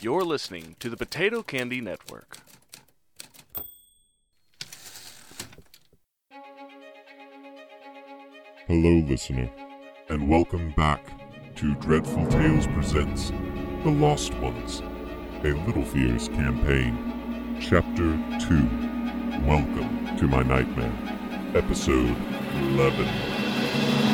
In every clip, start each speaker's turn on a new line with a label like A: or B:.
A: You're listening to the Potato Candy Network.
B: Hello, listener, and welcome back to Dreadful Tales Presents The Lost Ones, a Little Fears campaign, Chapter 2. Welcome to My Nightmare, Episode 11.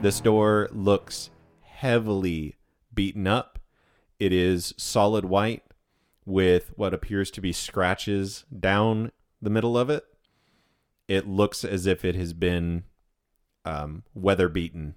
C: This door looks heavily beaten up. It is solid white with what appears to be scratches down the middle of it. It looks as if it has been um, weather beaten.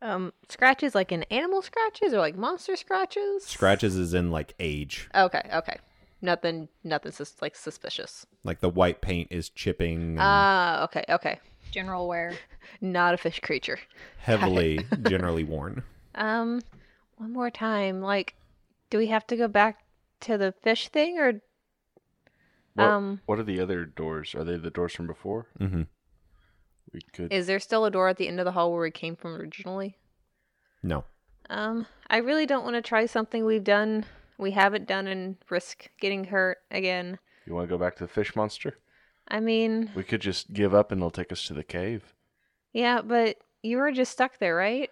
D: Um, scratches like in animal scratches or like monster scratches?
C: Scratches is in like age.
D: Okay, okay. Nothing, nothing sus- like suspicious.
C: Like the white paint is chipping and
D: Ah, okay, okay.
E: General wear.
D: Not a fish creature.
C: heavily, generally worn.
D: Um, one more time. Like, do we have to go back to the fish thing or?
A: What,
D: Um,
A: what are the other doors? Are they the doors from before?
C: hmm
A: We could.
D: Is there still a door at the end of the hall where we came from originally?
C: No.
D: Um, I really don't want to try something we've done, we haven't done, and risk getting hurt again.
A: you want to go back to the fish monster?
D: I mean,
A: We could just give up and they'll take us to the cave.
D: yeah, but you were just stuck there, right?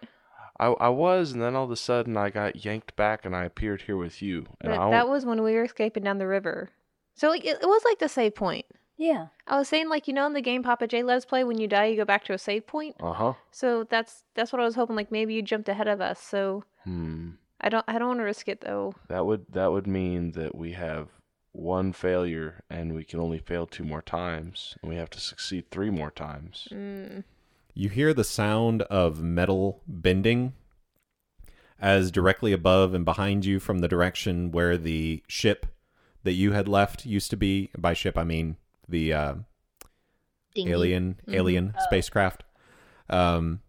A: I, I was, and then all of a sudden I got yanked back and I appeared here with you. And I
D: But
A: don't-
D: that was when we were escaping down the river. So like it, it was like the save point.
E: Yeah.
D: I was saying like you know in the game Papa J let us play when you die you go back to a save point.
A: Uh-huh.
D: So that's that's what I was hoping like maybe you jumped ahead of us. So
A: Hmm.
D: I don't I don't want to risk it though.
A: That would that would mean that we have one failure and we can only fail two more times. And we have to succeed three more times.
D: Mm.
C: You hear the sound of metal bending as directly above and behind you from the direction where the ship that you had left used to be. By ship, I mean the uh,
E: Dinghy.
C: alien
D: Mhm.
C: alien spacecraft. Um,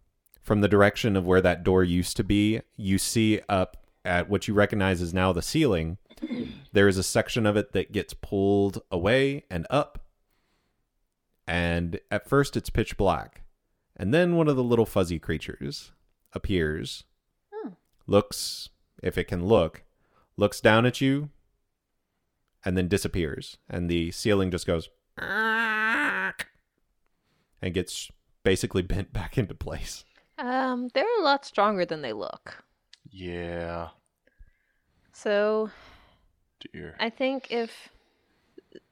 C: from the direction of where that door used to be, you see up at what you recognize as now the ceiling. there is a section of it that gets pulled away and up. And at first, it's pitch black. And then one of the little fuzzy creatures appears,
E: Hmm.
C: looks, if it can look, looks down at you, and then disappears. And the ceiling just goes and gets basically bent back into place.
D: Um, they're a lot stronger than they look.
A: Yeah.
D: So
A: Dear.
D: I think if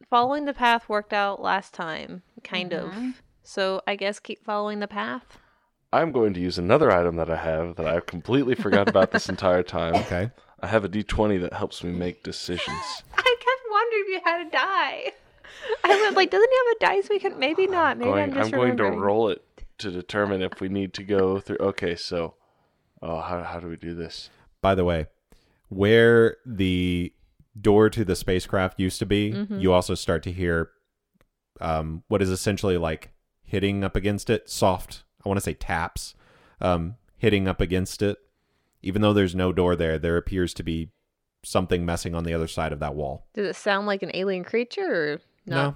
D: following the path worked out last time, kind of.
E: Mhm.
D: So I guess keep following the path.
A: I'm going to use another item that I have that I completely forgot about this entire time.
C: Okay.
A: I have a D20 that helps me make decisions.
D: I kept wondering if you had a die. I was like, doesn't he have a dice? We can maybe not. Maybe
A: going,
D: I'm just
A: going to
D: remembering.
A: roll it to determine if we need to go through. Okay, so, oh, how how do we do this?
C: By the way, where the door to the spacecraft used to be,
D: Mhm.
C: you also start to hear um, what is essentially like hitting up against it, soft, I want to say taps, um, hitting up against it. Even though there's no door there, there appears to be something messing on the other side of that wall.
D: Does it sound like an alien creature or not?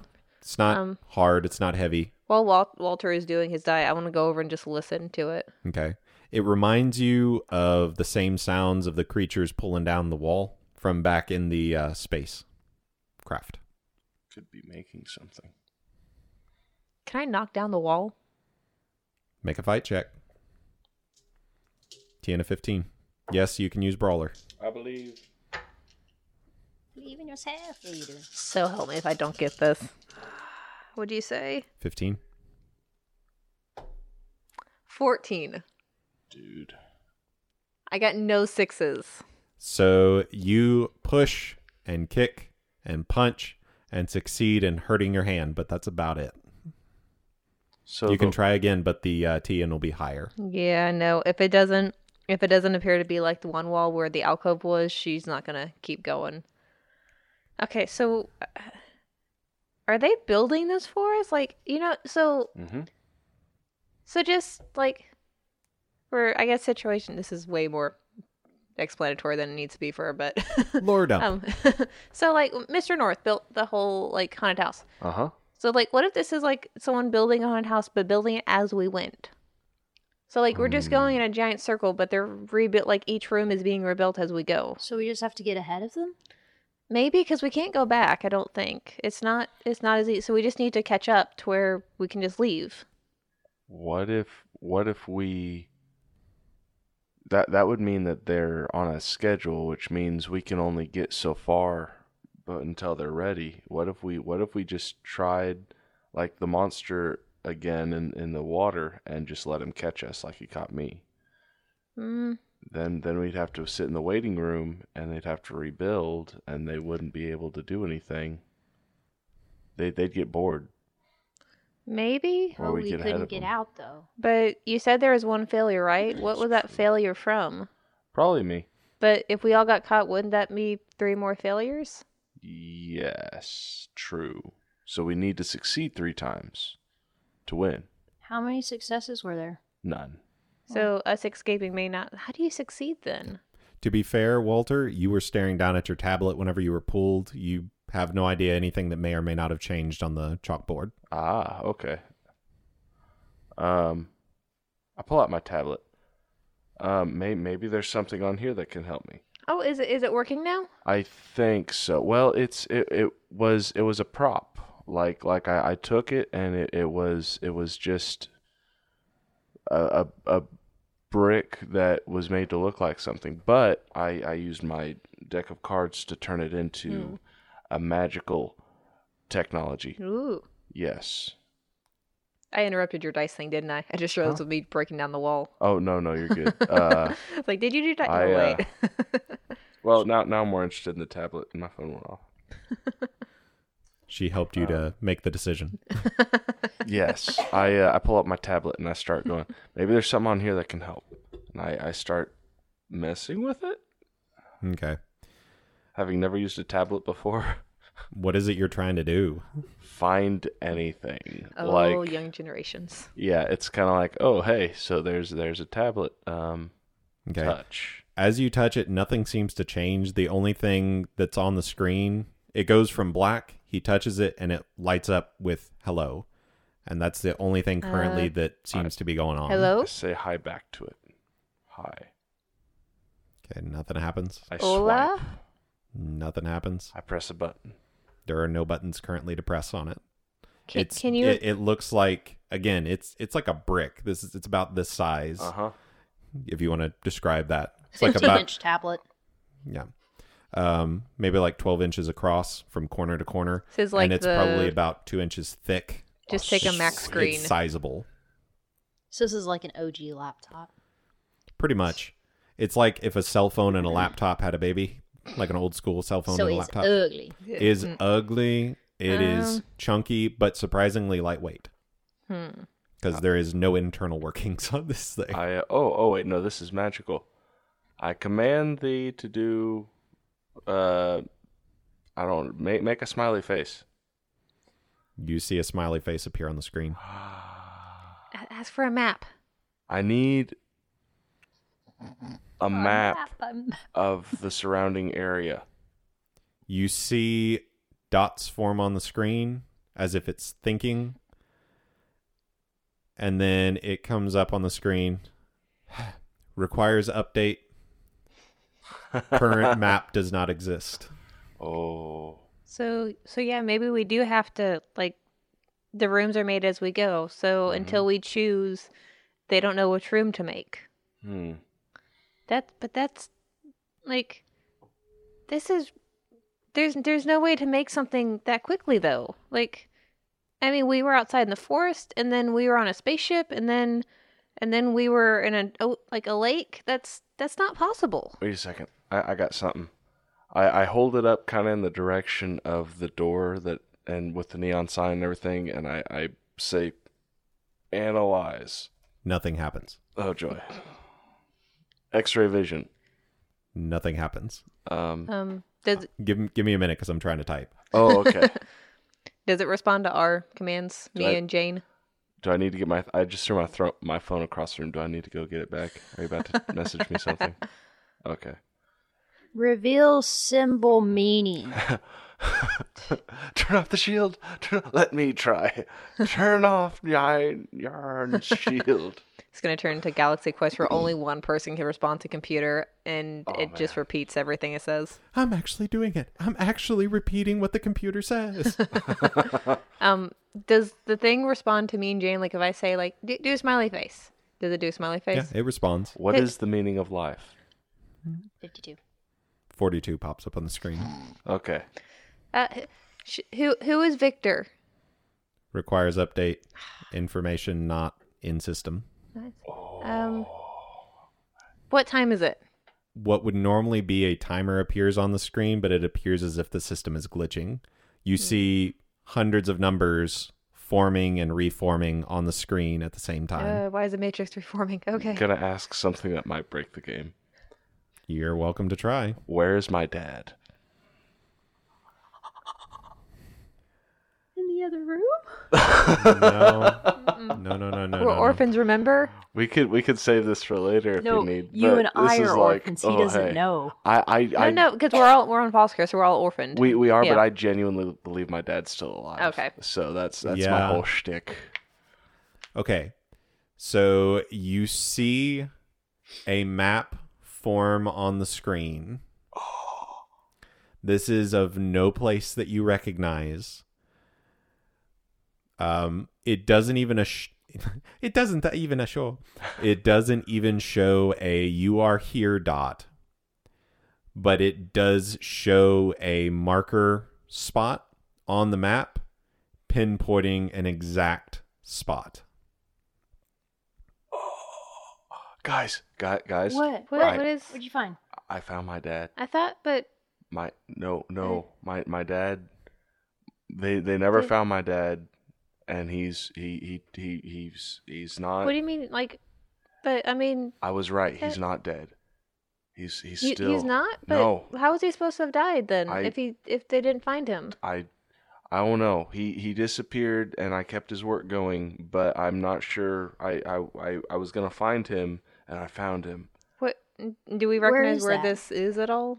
C: No, it's not
D: Um,
C: hard, it's not heavy.
D: While Wal- Walter is doing his diet, I want to go over and just listen to it.
C: Okay. It reminds you of the same sounds of the creatures pulling down the wall from back in the uh, space craft.
A: Could be making something.
D: Can I knock down the wall?
C: Make a fight check. Tiana 15. Yes, you can use Brawler.
A: I believe.
E: Believe in yourself, leader.
D: So help me if I don't get this. What do you say?
C: 15.
D: 14.
A: Dude.
D: I got no sixes.
C: So you push and kick and punch and succeed in hurting your hand, but that's about it.
A: So
C: you can
A: the-
C: try again, but the uh, TN will be higher.
D: Yeah, I know. If it doesn't if it doesn't appear to be like the one wall where the alcove was, she's not going to keep going. Okay, so uh, are they building this for us? Like, you know, so
A: Mhm.
D: So just like for I guess situation this is way more explanatory than it needs to be for her, but
C: Lore dump.
D: um, so like Mr. North built the whole like haunted house.
A: Uh huh.
D: So like, what if this is like someone building a haunted house but building it as we went? So like, we're just going in a giant circle, but they're rebuilt. Like each room is being rebuilt as we go.
E: So we just have to get ahead of them?
D: Maybe because we can't go back. I don't think it's not it's not as easy. So we just need to catch up to where we can just leave.
A: What if what if we that that would mean that they're on a schedule, which means we can only get so far but until they're ready. What if we what if we just tried like the monster again in, in the water and just let him catch us like he caught me?
D: Mm,
A: Then then we'd have to sit in the waiting room and they'd have to rebuild and they wouldn't be able to do anything. They they'd get bored.
D: maybe,
A: Or
E: Well,
A: we
E: we,
A: get ahead
E: couldn't
A: of
E: get
A: them.
E: out though.
D: but you said there was one failure, right? What was that failure from?
A: Probably me.
D: But if we all got caught, wouldn't that be three more failures?
A: Yes, true. So we need to succeed three times to win.
E: How many successes were there?
A: None.
D: So us escaping may not. How do you succeed then?
C: To be fair, Walter, you were staring down at your tablet whenever you were pulled. You have no idea anything that may or may not have changed on the chalkboard.
A: Ah, okay. Um, I pull out my tablet. Um, may, maybe there's something on here that can help me.
D: Oh, is it is it working now?
A: I think so. Well, it's it, it was it was a prop. Like like I, I took it and it, it was it was just a, a a brick that was made to look like something. But I I used my deck of cards to turn it into a magical technology.
D: Ooh.
A: Yes.
D: I interrupted your dice thing, didn't I? I just showed this with me breaking down the wall.
A: Oh no no you're good. Uh,
D: It's like, did you do dice?
A: I,
D: oh,
A: uh,
D: wait.
A: well now now I'm more interested in the tablet. My phone went off.
C: She helped
A: Oh.
C: you to make the decision.
A: Yes, I uh, I pull up my tablet and I start going. Maybe there's something on here that can help, and I I start messing with it,
C: Okay.
A: having never used a tablet before.
C: What is it you're trying to do?
A: Find anything
D: oh,
A: like
D: young generations.
A: yeah, it's kind of like oh hey, so there's there's a tablet. Um,
C: Okay.
A: touch.
C: As you touch it, nothing seems to change. The only thing that's on the screen, it goes from black, he touches it, and it lights up with hello. And that's the only thing currently
D: Uh,
C: that seems to be going on.
A: I
D: Hello,
A: say hi back to it. Hi.
C: Okay, nothing happens.
A: I
D: Hola?
A: swipe.
C: Nothing happens.
A: I press a button.
C: There are no buttons currently to press on it.
D: can,
C: It's-
D: can you?
C: It, it looks like again. It's it's like a brick. This is it's about this size.
D: Uh-huh.
A: Uh huh.
C: If you want to describe that, it's like
E: Fifteen
C: about
E: inch tablet.
C: yeah, um, maybe like twelve inches across from corner to corner.
D: This is like
C: and it's
D: the-
C: probably about two inches thick.
D: just take a max screen.
C: It's sizable,
E: So this is like an OG laptop.
C: pretty much. It's like if a cell phone and a laptop had a baby, like an old school cell phone
E: so
C: and a
E: it's
C: laptop.
E: ugly.
C: Is ugly. It is
D: Um.
C: chunky, but surprisingly lightweight
D: Hmm.
C: because there is no internal workings on this thing.
A: I uh, oh oh wait no this is magical. I command thee to do. Uh, I don't make make a smiley face.
C: you see a smiley face appear on the screen.
D: A- Ask for a map.
A: I need a map
E: Um,
A: of the surrounding area.
C: You see dots form on the screen as if it's thinking. And then it comes up on the screen. Requires update. Current map does not exist.
A: Oh,
D: So, so yeah, maybe we do have to like. The rooms are made as we go, so
C: Mm-hmm.
D: until we choose, they don't know which room to make.
A: hmm.
D: That, but that's like, this is there's there's no way to make something that quickly though. Like, I mean, we were outside in the forest, and then we were on a spaceship, and then and then we were in a oh, like a lake. That's that's not possible.
A: Wait a second. I, I got something. I, I hold it up kind of in the direction of the door that and with the neon sign and everything, and I, I say, analyze.
C: Nothing happens.
A: Oh joy. X-ray vision.
C: Nothing happens.
A: Um.
D: Um, does
C: Give, give me a minute because I'm trying to type.
A: Oh, okay.
D: does it respond to our commands, me
A: I-
D: and Jane?
A: Do I need to get my? I just threw my throat, my phone across the room. Do I need to go get it back? Are you about to message me something? Okay.
E: Reveal symbol meaning.
A: Turn off the shield. Turn, let me try. Turn off yarn, yarn shield.
D: It's going to turn into Galaxy Quest where only one person can respond to computer and it just repeats everything it says.
C: I'm actually doing it. I'm actually repeating what the computer says.
D: Um, does the thing respond to me and Jane? Like if I say like do, do a smiley face, does it do a smiley
C: yeah,
D: face?
C: it responds.
A: What is the meaning of life?
E: 52.
C: 42 pops up on the screen.
A: Okay.
D: Uh, sh- who who is Victor?
C: Requires update. Information not in system.
D: Um, what time is it?
C: What would normally be a timer appears on the screen, but it appears as if the system is glitching. You see hundreds of numbers forming and reforming on the screen at the same time.
D: Uh, why is the matrix reforming? Okay.
A: Gonna ask something that might break the game.
C: You're welcome to try.
A: Where is my dad?
E: In the other room?
C: No, no, no, no, no. no,
D: We're
C: no.
D: orphans, remember?
A: We could we could save this for later if you need.
E: you
A: but
E: and
A: this
E: I
A: is
E: are
A: like,
E: orphans. he
A: oh,
E: doesn't
A: hey.
E: know.
A: I I,
D: No,
A: I
D: no, because we're all we're on foster care, so we're all orphaned.
A: We we are,
D: Yeah.
A: but I genuinely believe my dad's still alive.
D: Okay.
A: So that's that's my
C: Yeah.
A: whole shtick.
C: Okay. So you see a map form on the screen. This is of no place that you recognize. Um, it doesn't even ass- it doesn't tha- even show. It doesn't even show a you are here dot, but it does show a marker spot on the map, pinpointing an exact spot.
A: Guys, guys, guys.
E: What?
D: What,
A: Right.
D: what is?
E: What'd you find?
A: I found my dad.
D: I thought, but
A: My no no my my dad. They they never found my dad, and he's he he he he's he's not.
D: what do you mean? Like, but I mean,
A: I was right. He's
D: Uh,
A: not dead. He's he's
D: he,
A: still.
D: he's not. But
A: No.
D: how is he supposed to have died then?
A: I-
D: if he if they didn't find him,
A: I I don't know. He he disappeared and I kept his work going, but I'm not sure I I I, I was going to find him and I found him.
D: what do we
E: Where
D: recognize
E: is
D: where,
E: that?
D: this is at all?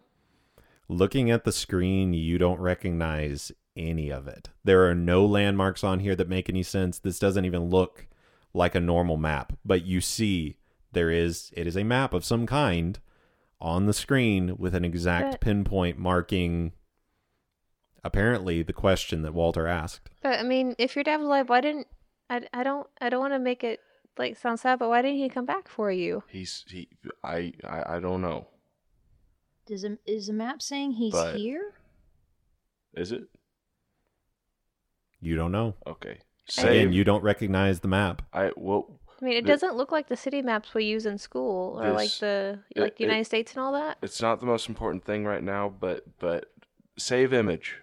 C: Looking at the screen, you don't recognize any of it. There are no landmarks on here that make any sense. This doesn't even look like a normal map, but you see there is it is a map of some kind on the screen with an exact
D: But-
C: pinpoint marking apparently the question that Walter asked.
D: But I mean, if your dad was alive, why didn't I? I don't. I don't want to make it like sound sad, but why didn't he come back for you?
A: He's he I I, I don't know.
E: Does a, is the map saying he's
A: But-
E: here?
A: Is it?
C: You don't know.
A: Okay.
C: Again,
A: Save.
C: you don't recognize the map.
A: I well
D: I mean, it
A: The-
D: doesn't look like the city maps we use in school or like
A: This-
D: the
A: it-
D: like the
A: it-
D: United States and all that.
A: it's not the most important thing right now, but but save image.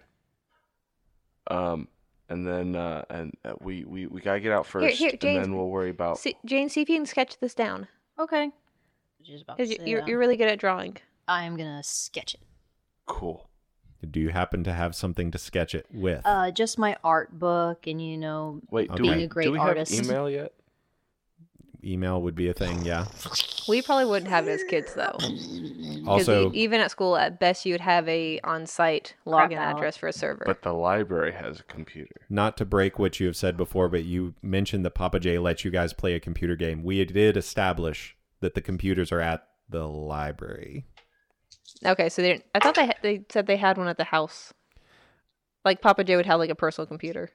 A: Um and then uh and uh, we we we got to get out
D: Here,
A: first
D: here, James,
A: and then we'll worry
C: Oh.
A: about
D: See, Jane, see if you can sketch this down.
E: Okay. Just about to
D: 'Cause you-
E: Oh, say
D: You're,
E: that.
D: you're really good at drawing.
E: I am going to sketch it.
A: cool.
C: Do you happen to have something to sketch it with?
E: Uh, just my art book and, you know,
A: Wait, do
C: Being
A: we
E: a great
A: do we
E: artist.
A: have email yet?
C: Email would be a thing, yeah.
D: We probably wouldn't have it as kids though. 'Cause
C: Also,
D: e- even at school, at best you would have a on-site
E: Crap
D: login
E: out.
D: address for a server.
A: But the library has a computer.
C: not to break what you have said before, but you mentioned that Papa J lets you guys play a computer game. We did establish that the computers are at the library.
D: okay, so they didn't, I thought they ha- they said they had one at the house. Like Papa J would have like a personal computer.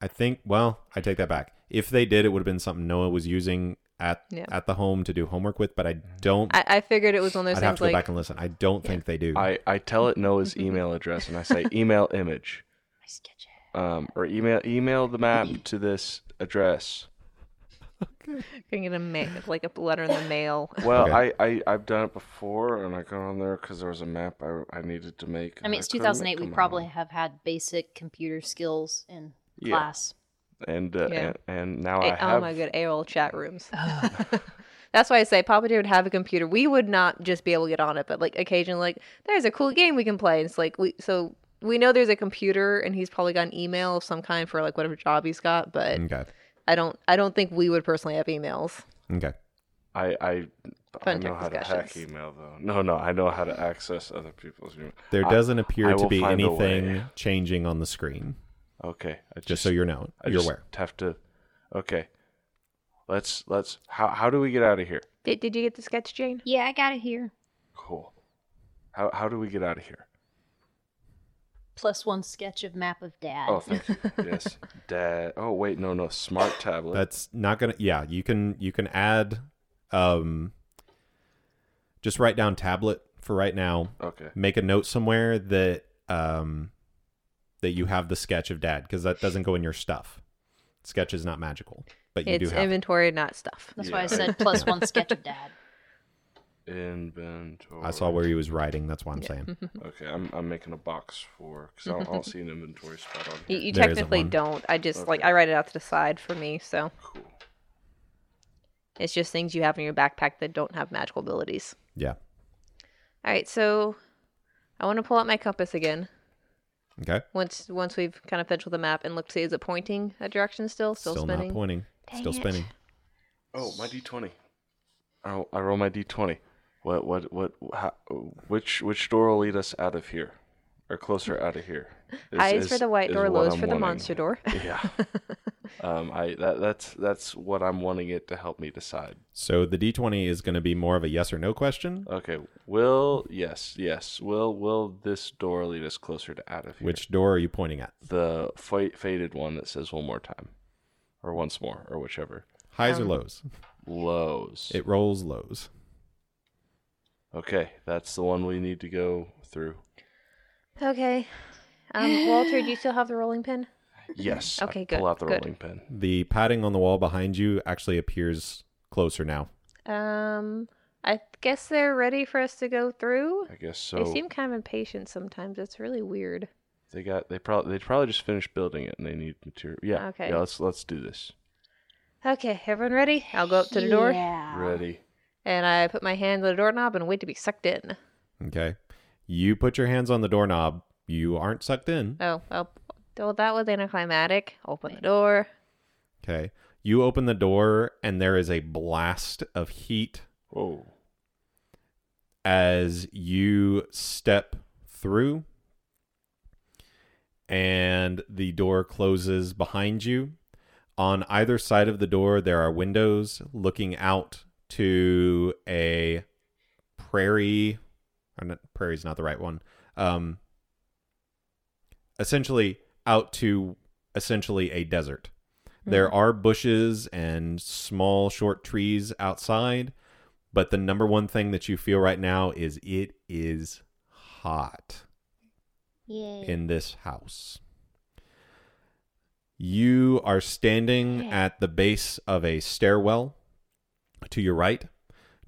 C: I think. Well, I take that back. If they did, it would have been something Noah was using at
D: Yeah.
C: at the home to do homework with. But I don't. I,
D: I, I figured it was one of those
C: would have
D: things
C: to go back
D: like
C: and listen. I don't think they do.
A: I, I tell it Noah's email address and I say email image
E: I sketch it.
A: um, or email email the map to this address.
D: getting a ma- like a letter in the mail.
A: Well,
C: Okay.
A: I, I I've done it before and I got on there because there was a map I, I needed to make.
E: I
A: and
E: mean, it's
A: couldn't
E: 2008. We
A: come
E: probably
A: on.
E: have had basic computer skills in
A: Yeah.
E: class.
A: and, uh,
D: Yeah.
A: and and now I
D: A-
A: have.
D: oh my good AOL chat rooms. That's why I say Papa J would have a computer. We would not just be able to get on it, but like occasionally, like there's a cool game we can play. And it's like we so we know there's a computer, and he's probably got an email of some kind for like whatever job he's got. But
C: okay.
D: I don't, I don't think we would personally have emails.
C: Okay.
A: I I But I
D: Fun
A: know
D: tech
A: how to hack
D: discussions.
A: email though. No, no, I know how to access other people's email.
C: There
A: I-
C: doesn't appear
A: I
C: to
A: will
C: be
A: find a
C: anything
A: way.
C: changing on the screen.
A: Okay, I
C: Just, so you're know,
A: I
C: you're
A: just
C: aware.
A: Have to. Okay. Let's let's. How how do we get out of here?
D: Did, did you get the sketch, Jane?
E: Yeah, I got it here.
A: Cool. How how do we get out of here?
E: Plus one sketch of map of dad.
A: Oh, thank you. yes, Dad. Oh wait, no no. Smart tablet.
C: That's not gonna. Yeah, you can you can add. Um, just write down tablet for right now.
A: okay.
C: Make a note somewhere that um, that you have the sketch of dad because that doesn't go in your stuff. Sketch is not magical, but you
D: it's
C: do have. it.
D: inventory, not stuff.
E: That's why
A: Yeah.
E: I said plus one sketch of dad.
A: Inventory.
C: I saw where he was writing. That's why I'm saying.
A: Okay, I'm I'm making a box for because I, don't- I don't see an inventory spot on
D: You,
A: here.
D: you
C: There isn't
D: technically
C: one.
D: don't. I just like
A: Okay.
D: I write it out to the side for me, so
A: Cool.
D: it's just things you have in your backpack that don't have magical abilities.
C: Yeah.
D: All right, so I want to pull out my compass again.
C: Okay.
D: Once once we've kind of fetched with the map and look to see is it pointing a direction still? Still, spinning.
C: not pointing. still
D: Dang it.
C: spinning.
A: Oh, my d20. I I roll my d20. What what what? How, which which door will lead us out of here, or closer out of here? Is-
D: Eyes
A: is-
D: for the white
A: is
D: door,
A: what
D: lows
A: I'm
D: for the
A: wanting.
D: monster door.
A: Yeah. um. I that that's that's what I'm wanting it to help me decide.
C: So the D20 is going to be more of a yes or no question,
D: Oh,
A: Okay. Will yes yes will will this door lead us closer to out of here?
C: Which door are you pointing at?
A: the fa- faded one that says one more time, or once more, or whichever.
C: Highs or
D: Um,
C: lows?
A: Lows.
C: It rolls lows.
A: Okay, that's the one we need to go through.
D: okay. Um, Walter, do you still have the rolling pin?
A: Yes.
D: Okay,
A: I
D: good,
A: Pull out the
D: good.
A: rolling pin.
C: The padding on the wall behind you actually appears closer now.
D: Um, I guess they're ready for us to go through.
A: I guess so.
D: they seem kind of impatient sometimes. It's really weird.
A: They got. They probably. They probably just finished building it, and they need material. Yeah.
D: Okay.
A: Yeah. Let's let's do this.
D: Okay, everyone ready? I'll go up to the door
E: Yeah.
A: Ready.
D: and I put my hand on the doorknob and wait to be sucked in.
C: Okay. You put your hands on the doorknob. You aren't sucked in.
D: Oh, well, well that was anticlimactic. Open the door.
C: Okay. You open the door, and there is a blast of heat
A: Whoa.
C: as you step through, and the door closes behind you. On either side of the door, there are windows looking out to a prairie. Or not, prairie's not the right one. Um, essentially, out to essentially a desert. There are bushes and small, short trees outside, but the number one thing that you feel right now is it is hot
E: Yay.
C: in this house. You are standing at the base of a stairwell to your right.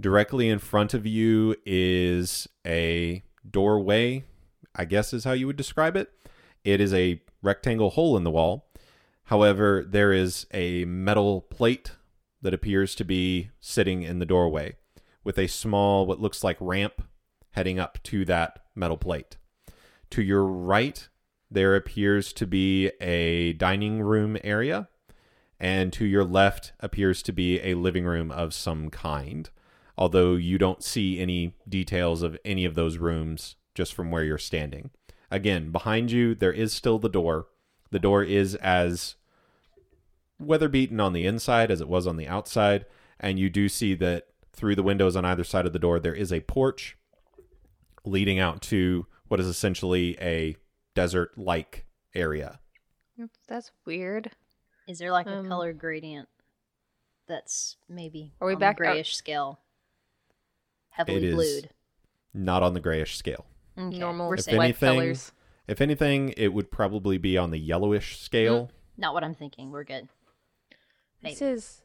C: Directly in front of you is a doorway, I guess is how you would describe it. It is a rectangle hole in the wall. However, there is a metal plate that appears to be sitting in the doorway with a small, what looks like ramp heading up to that metal plate. To your right, there appears to be a dining room area, and to your left appears to be a living room of some kind, although you don't see any details of any of those rooms just from where you're standing. Again, behind you, there is still the door. The door is as weather beaten on the inside as it was on the outside, and you do see that through the windows on either side of the door, there is a porch leading out to what is essentially a desert like area.
D: Mm, That's weird.
E: Is there like
D: Um,
E: a color gradient that's maybe
D: Are we
E: on
D: back up?
E: the grayish scale? Heavily
C: It is.
E: blued.
C: Not on the grayish scale.
E: Okay,
D: Normal
E: We're
D: If
E: safe.
D: Light colors.
C: if anything, it would probably be on the yellowish scale.
E: Not what I'm thinking. We're good.
D: This is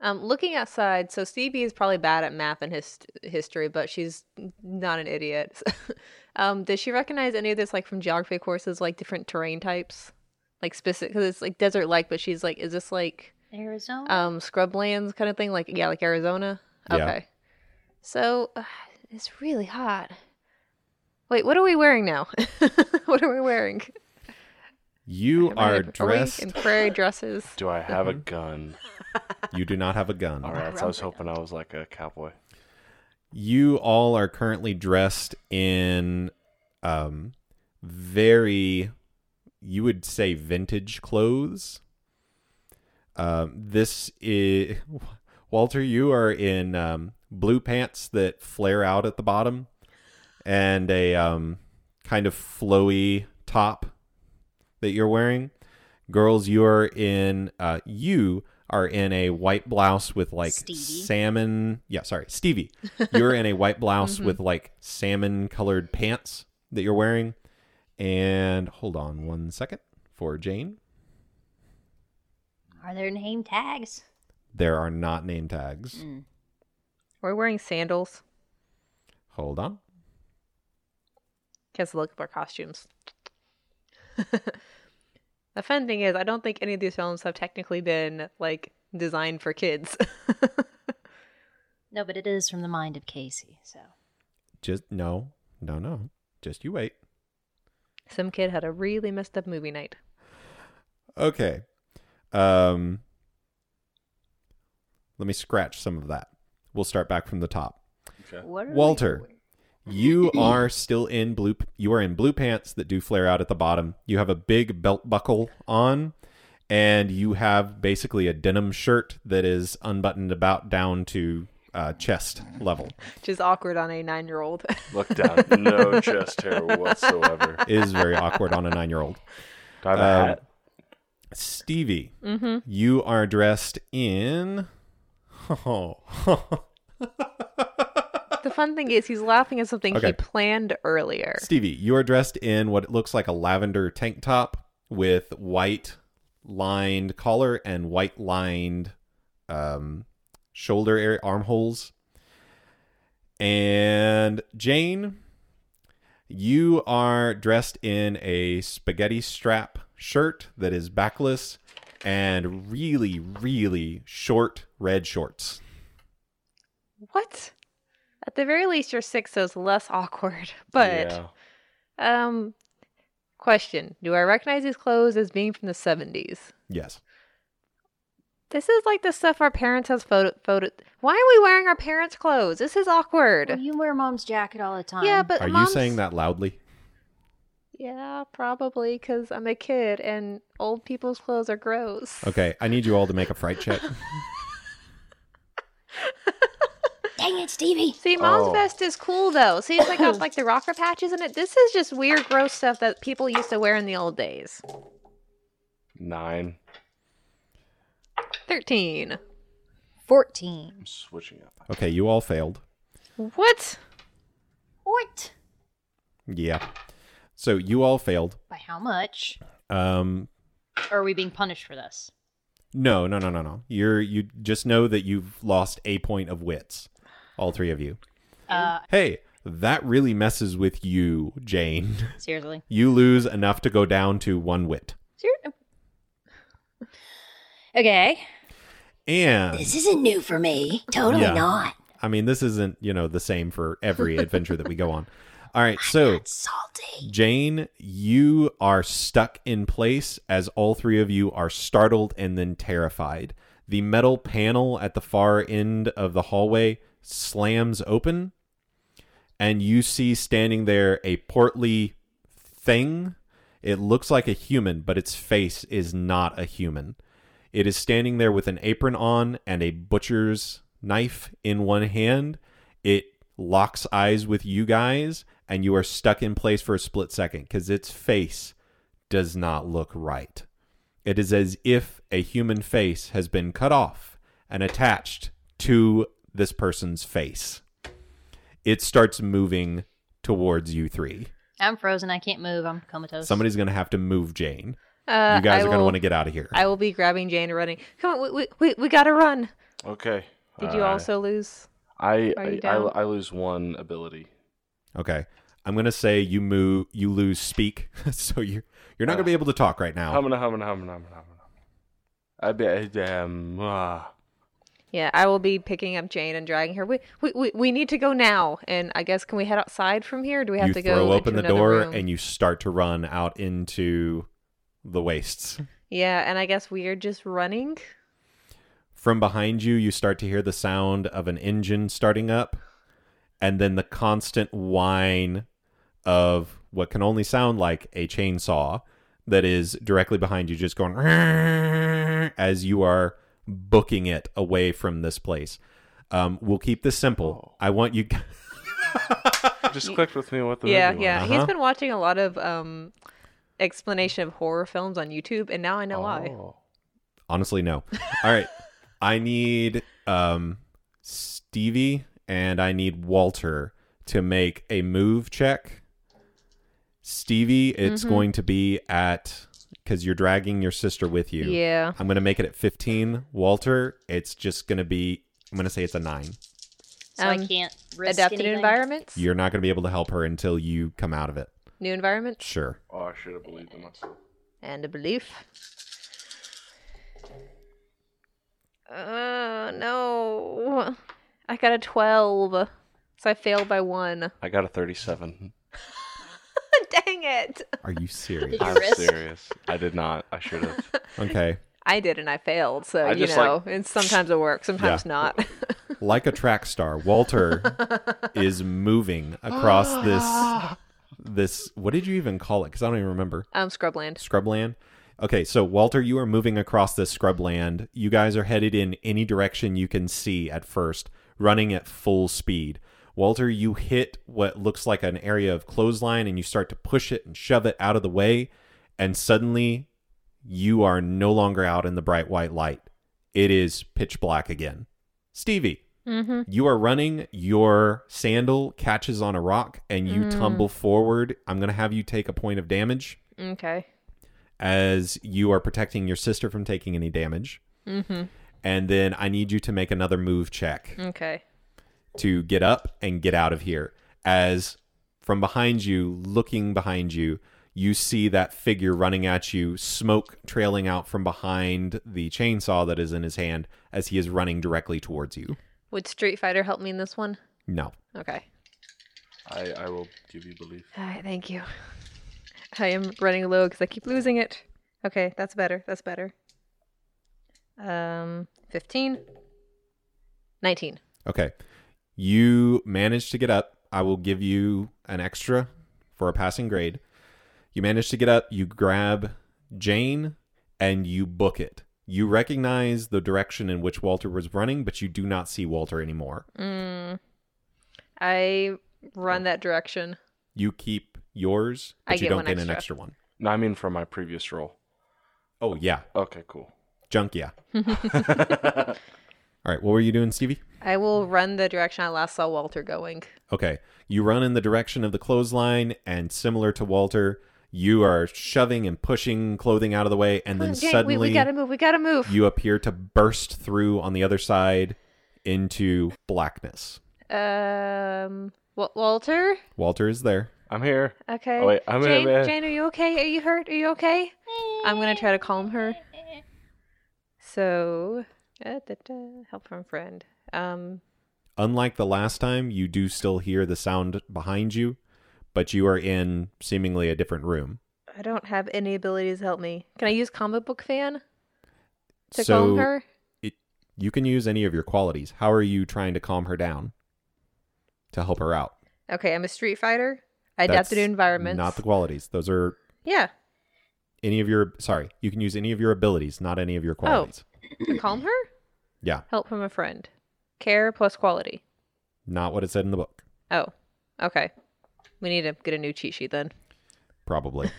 D: um looking outside. So Stevie is probably bad at math and his- history, but she's not an idiot. um, does she recognize any of this like from geography courses, like different terrain types, like specific? Because it's like desert like, but she's like, is this like
E: Arizona.
D: um scrublands kind of thing? Like yeah, like Arizona.
C: Yeah.
D: Okay. So uh, it's really hot. Wait, what are we wearing now? what are we wearing?
C: You
D: Am I-
C: are
D: we
C: dressed.
D: in prairie dresses.
A: Do
C: Uh-huh.
A: I have a gun?
C: you do not have a gun.
A: All right. so I was hoping I was like a cowboy.
C: you all are currently dressed in um, very, you would say, vintage clothes. Um, this is Walter. You are in um, blue pants that flare out at the bottom, and a um, kind of flowy top that you're wearing. Girls, you are in. Uh, you are in a white blouse with like
E: Stevie.
C: salmon. Yeah, sorry, Stevie. You're in a white blouse with like salmon colored pants that you're wearing. And hold on one second for Jane.
E: Are there name tags? Mm.
C: There are not name tags.
D: We're wearing sandals
C: Hold on.
D: because look of our costumes. the fun thing is, I don't think any of these films have technically been like designed for kids.
E: No, but it is from the mind of Casey. So
C: Just no, no, no. Just you wait.
D: Some kid had a really messed up movie night.
C: Okay. Um Let me scratch some of that. We'll start back from the top.
E: what? Are we
C: Walter,
E: doing?
C: you are still in blue you are in blue pants that do flare out at the bottom. You have a big belt buckle on and you have basically a denim shirt that is unbuttoned about down to uh, chest level.
D: Which is awkward on a nine year old.
A: Look down. No chest hair whatsoever.
C: It is very awkward on a 9-year-old.
A: Do I have a
C: Um,
A: hat?
C: Stevie, you are dressed in. Oh,
D: the fun thing is, he's laughing at something
C: Okay.
D: he planned earlier.
C: Stevie, you are dressed in what looks like a lavender tank top with white lined collar and white lined um, shoulder area, armholes. And Jane, you are dressed in a spaghetti strap shirt that is backless and really, really short red shorts.
D: What? At the very least, you're six, so it's less awkward. But, um, question Do I recognize these clothes as being from the 70s?
C: Yes.
D: This is like the stuff our parents has photo photo. Why are we wearing our parents' clothes? This is awkward.
E: Well, you wear mom's jacket all the time.
D: yeah, but
C: Are
D: Uh, mom's-
C: you saying that loudly?
D: Yeah, probably because I'm a kid and old people's clothes are gross.
C: Okay, I need you all to make a fright check.
E: dang it, Stevie.
D: See, mom's
A: Oh.
D: vest is cool though. See, it's like got like the rocker patches in it. This is just weird, gross stuff that people used to wear in the old days.
A: Nine.
D: Thirteen.
E: Fourteen.
A: I'm switching up.
C: Okay, you all failed.
D: What?
E: What?
C: Yeah. So you all failed.
E: By how much?
C: Um
E: Or are we being punished for this?
C: no, no, no, no, no. You're you just know that you've lost a point of wits. All three of you.
E: Uh,
C: Hey, that really messes with you, Jane.
E: seriously.
C: You lose enough to go down to one wit.
E: Ser- Okay.
C: And
E: isn't new for me. Totally
C: Yeah. not. I mean, this isn't, you know, the same for every adventure that we go on. All right, so
E: Salty.
C: Jane, you are stuck in place as all three of you are startled and then terrified. The metal panel at the far end of the hallway slams open, and you see standing there a portly thing. It looks like a human, but its face is not a human. It is standing there with an apron on and a butcher's knife in one hand. It locks eyes with you guys, and you are stuck in place for a split second because its face does not look right. It is as if a human face has been cut off and attached to this person's face. It starts moving towards you three.
E: I'm frozen. I can't move. I'm comatose.
C: Somebody's going to have to move Jane.
D: Uh,
C: you guys
D: I
C: are going to
D: will-
C: want to get out of here.
D: I will be grabbing Jane and running. Come on, we we we, we gotta run.
A: Okay.
D: Did you
A: Uh,
D: also lose?
A: I
D: Are you
A: I, I
D: down?
A: I lose one ability.
C: Okay. I'm gonna say you move, you lose speak, so you're you're not gonna be able to talk right now.
A: Humana humana humana humana humana. I bet um, ah.
D: Yeah, I will be picking up Jane and dragging her. We we, we, we need to go now. And I guess can we head outside from here? Do we have
C: you
D: to go
C: throw open the
D: into
C: door
D: another room?
C: and you start to run out into the wastes.
D: Yeah, and I guess we are just running.
C: From behind you, you start to hear the sound of an engine starting up, and then the constant whine of what can only sound like a chainsaw that is directly behind you, just going as you are booking it away from this place. Um, we'll keep this simple. I want you.
A: Just clicked with me what the
D: yeah,
A: movie was.
D: yeah.
C: Uh-huh.
D: He's been watching a lot of um explanation of horror films on YouTube, and now I know why.
A: Oh.
C: Honestly, no. All right. I need um, Stevie and I need Walter to make a move check. Stevie, it's going to be at because you're dragging your sister with you.
D: Yeah.
C: I'm going to make it at 15. Walter, it's just going to be, I'm going to say it's a nine.
E: So I
D: Um,
E: can't risk
D: Adapted
E: anything.
D: environments,
C: You're not going to be able to help her until you come out of it.
D: new environments,
C: Sure.
A: Oh, I should have believed in myself.
D: and a belief. Uh no, I got a twelve, so I failed by one.
A: I got a 37.
D: Dang it!
C: Are you serious?
E: Did you
A: I'm
E: risk?
A: serious. I did not. I should have.
C: Okay.
D: I did, and I failed. So
A: I
D: you
A: just,
D: know,
A: like-
D: and sometimes it works, sometimes not.
C: like a track star, Walter is moving across this this what did you even call it? Because I don't even remember.
D: um, Scrubland.
C: Scrubland. Okay, so Walter, you are moving across this scrubland. You guys are headed in any direction you can see at first, running at full speed. Walter, you hit what looks like an area of clothesline and you start to push it and shove it out of the way, and suddenly you are no longer out in the bright white light. It is pitch black again. Stevie,
D: Mm-hmm.
C: you are running, your sandal catches on a rock, and you tumble forward. I'm going to have you take a point of damage
D: Okay.
C: as you are protecting your sister from taking any damage. And then I need you to make another move check
D: Okay.
C: to get up and get out of here. As from behind you, looking behind you, you see that figure running at you, smoke trailing out from behind the chainsaw that is in his hand as he is running directly towards you.
D: Would Street Fighter help me in this one?
C: No.
D: Okay.
A: I, I will give you belief.
D: All right, thank you. I am running low because I keep losing it. Okay, that's better. That's better. Um, 15. 19.
C: Okay. You managed to get up. I will give you an extra for a passing grade. You manage to get up, you grab Jane, and you book it. You recognize the direction in which Walter was running, but you do not see Walter anymore.
D: Mm. I run that direction.
C: You keep yours,
D: I
C: but you
D: get
C: don't
D: one
C: get an
D: extra.
C: extra one.
A: No, I mean from my previous role.
C: Oh, yeah.
A: Okay, cool.
C: Junk, yeah. All right. What were you doing, Stevie?
D: I will run the direction I last saw Walter going.
C: Okay. You run in the direction of the clothesline, and similar to Walter, you are shoving and pushing clothing out of the way, and then
D: Okay,
C: suddenly.
D: Oh, we, we gotta move. We gotta move.
C: you appear to burst through on the other side into blackness.
D: Um, Wa- Walter.
C: Walter is there.
A: I'm here.
D: Okay.
A: Oh, wait, I'm in a
D: Jane,
A: bed.
D: Jane, are you okay? Are you hurt? Are you okay? I'm gonna try to calm her. So, uh, da, da, help from friend. Um,
C: Unlike the last time, you do still hear the sound behind you, but you are in seemingly a different room.
D: I don't have any abilities to help me. Can I use comic book fan to
C: so
D: calm her?
C: It, you can use any of your qualities. How are you trying to calm her down to help her out?
D: Okay, I'm a street fighter. I adapt to new
C: That's
D: environments.
C: Not the qualities. Those are
D: yeah,
C: any of your. Sorry, you can use any of your abilities, not any
D: Oh.
C: of your qualities.
D: to calm her.
C: Yeah,
D: Help from a friend. Care plus quality.
C: not what it said in the book.
D: Oh, okay. We need to get a new cheat sheet then.
C: Probably.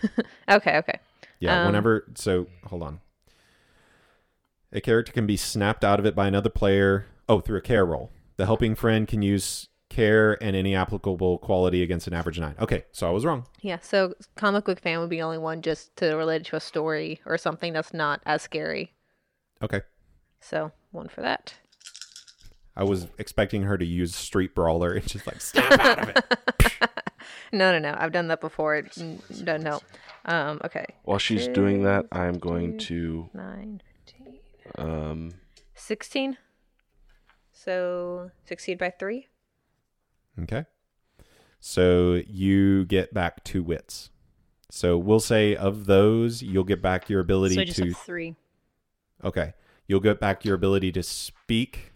D: Okay, okay.
C: Yeah,
D: Um,
C: whenever so hold on. A character can be snapped out of it by another player. Oh, through a care roll. The helping friend can use care and any applicable quality against an average nine. Okay, so I was wrong.
D: Yeah, so comic book fan would be the only one just to relate it to a story or something that's not as scary.
C: Okay.
D: So one for that.
C: I was expecting her to use street brawler and just like snap out of it.
D: No, no, no. I've done that before. It n- don't know. Um, okay.
A: While she's doing that, I'm going to
D: Nine, 15,
A: um
D: 16. So succeed by three.
C: Okay. So you get back two wits. So we'll say of those, you'll get back your ability
E: So I just
C: to
E: have three.
C: Okay. You'll get back your ability to speak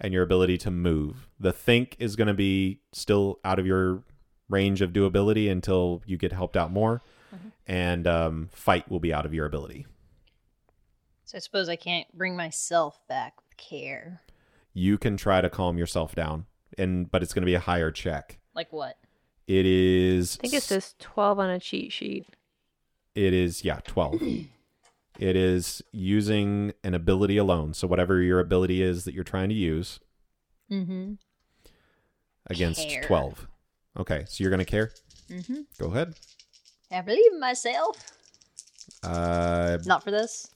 C: and your ability to move. The think is going to be still out of your range of doability until you get helped out more,
D: Mm-hmm.
C: and um, fight will be out of your ability.
E: So I suppose I can't bring myself back with care.
C: You can try to calm yourself down, and but it's going to be a higher check.
E: Like what?
C: It is.
D: I think it
C: s-
D: says 12 on a cheat sheet.
C: It is yeah, 12. it is using an ability alone. So whatever your ability is that you're trying to use
E: Mm-hmm.
C: against
E: Care.
C: 12. Okay, so you're going to care?
D: Mm-hmm.
E: Mhm.
C: Go ahead.
E: I believe in myself.
C: Uh
E: Not for this.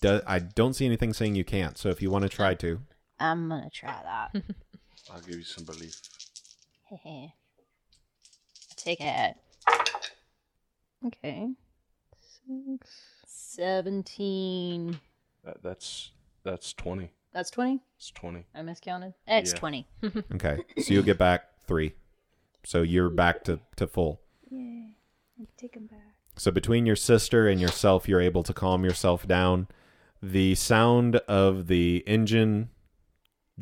C: do, I don't see anything saying you can't. So if you want to try to,
E: I'm gonna try that.
A: I'll give you some belief.
E: I Take it. Okay. Seventeen.
A: That, that's that's twenty.
E: That's twenty.
A: It's twenty.
E: I miscounted. It's
A: Yeah.
E: twenty.
C: okay. So you'll get back 3. So you're back to to full.
E: Take him back.
C: So between your sister and yourself, you're able to calm yourself down. The sound of the engine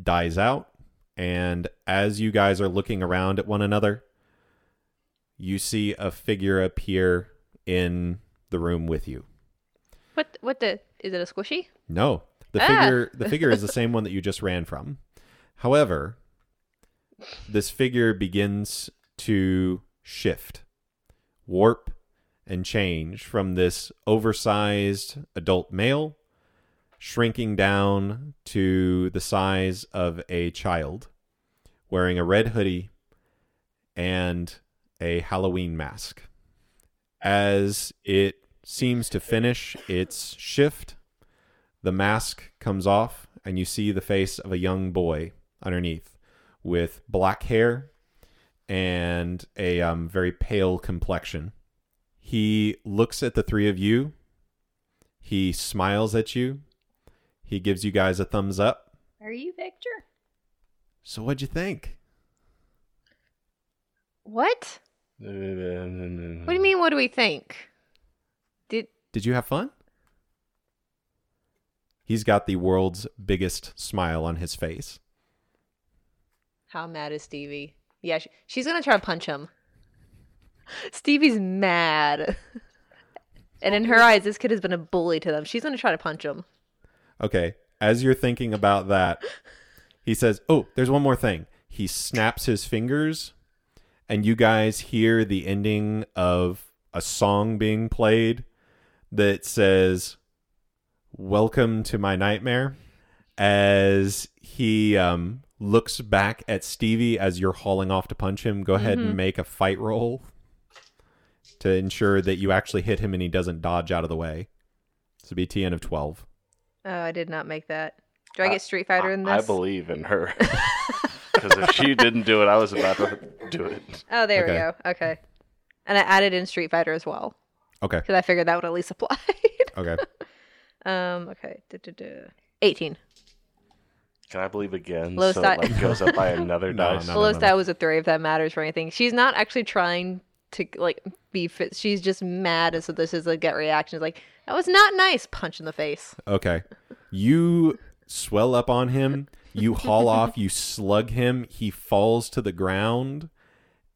C: dies out, and as you guys are looking around at one another, you see a figure appear in the room with you.
D: What what the is it a squishy?
C: No, the
D: Ah.
C: figure the figure is the same one that you just ran from. However, this figure begins to shift, warp, and change from this oversized adult male, shrinking down to the size of a child, wearing a red hoodie and a Halloween mask. As it seems to finish its shift, the mask comes off, and you see the face of a young boy underneath with black hair and a um, very pale complexion. He looks at the three of you. He smiles at you. He gives you guys a thumbs up.
E: Are you Victor?
C: So, what'd you think?
A: What
D: What? What
A: do
D: do you mean what do we think? Did
C: Did you have fun? He's got the world's biggest smile on his face.
D: how mad is Stevie? Yeah, she, she's going to try to punch him. Stevie's mad. and in her eyes this kid has been a bully to them. She's going to try to punch him.
C: Okay. As you're thinking about that, he says, Oh, there's one more thing. He snaps his fingers, and you guys hear the ending of a song being played that says, Welcome to my nightmare. As he um, looks back at Stevie as you're hauling off to punch him, go ahead and make a fight roll to ensure that you actually hit him and he doesn't dodge out of the way. So be TN of 12.
D: Oh, I did not make that. Do I get Street Fighter in
A: I
D: this?
A: believe in her. Because if she didn't do it, I was about to do it.
D: Oh, there we
C: Okay.
D: go. Okay. And I added in Street Fighter as well
C: Okay.
D: because I figured that would at least apply.
C: Okay.
D: um. Okay. duh, duh, duh. Eighteen.
A: Can I believe again?
D: Low
A: so
D: side-
A: it like goes up by another
C: No,
A: dice.
C: no,
D: Well, that was a three if that matters for anything. She's not actually trying to like be fit. She's just mad, and so this is a gut reaction. It's like that was not nice. Punch in the face.
C: Okay. You swell up on him, you haul off, you slug him, he falls to the ground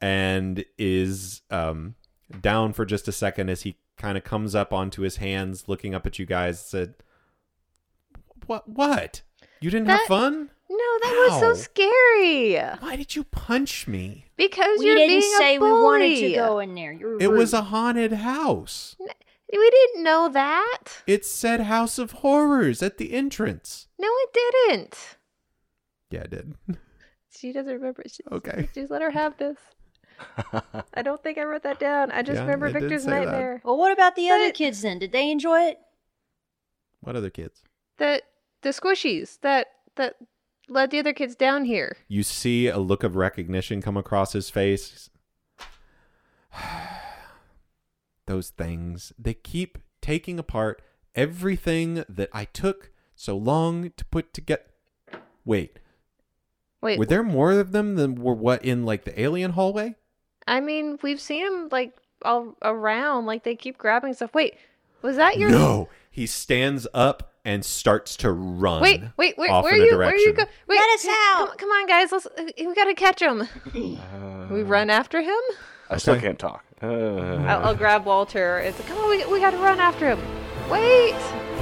C: and is um down for just a second as he kind of comes up onto his hands looking up at you guys said What what? You didn't have
D: That-
C: fun?
D: No, that was
C: Ow.
D: so scary
C: Why did you punch me?
D: because
E: We
D: you're
E: didn't
D: being
E: say
D: a
E: we
D: bully.
E: wanted to go in there. You're
C: It was
E: rude.
C: a haunted house.
D: We didn't know that.
C: It said House of Horrors at the entrance.
D: No, it didn't.
C: Yeah, it did.
D: She doesn't remember. She,
C: Okay.
D: Just let her have this. I don't think I wrote that down. I just
C: Yeah,
D: remember
C: it did
D: Victor's
C: say that.
D: nightmare.
E: Well, what about the other
D: But-
E: kids then? Did they enjoy it?
C: What other kids?
D: That the squishies that that led the other kids down here.
C: You see a look of recognition come across his face. Those things, they keep taking apart everything that I took so long to put together. Wait,
D: Wait,
C: were there more of them than were what in like the alien hallway?
D: I mean, we've seen them like all around. Like they keep grabbing stuff. Wait, was that your?
C: No. He stands up and starts to run.
D: Wait, wait, where,
C: off
D: where are
C: in a
D: you? Where are you go?
C: direction.
D: Wait,
E: Let us
D: come-
E: out.
D: Come, come on, guys. Let's. uh, We gotta catch him.
C: Uh,
D: we run after him.
A: I still
C: Okay.
A: can't talk. Uh,
D: I'll, I'll grab Walter. It's like, come on, we, we gotta run after him. Wait.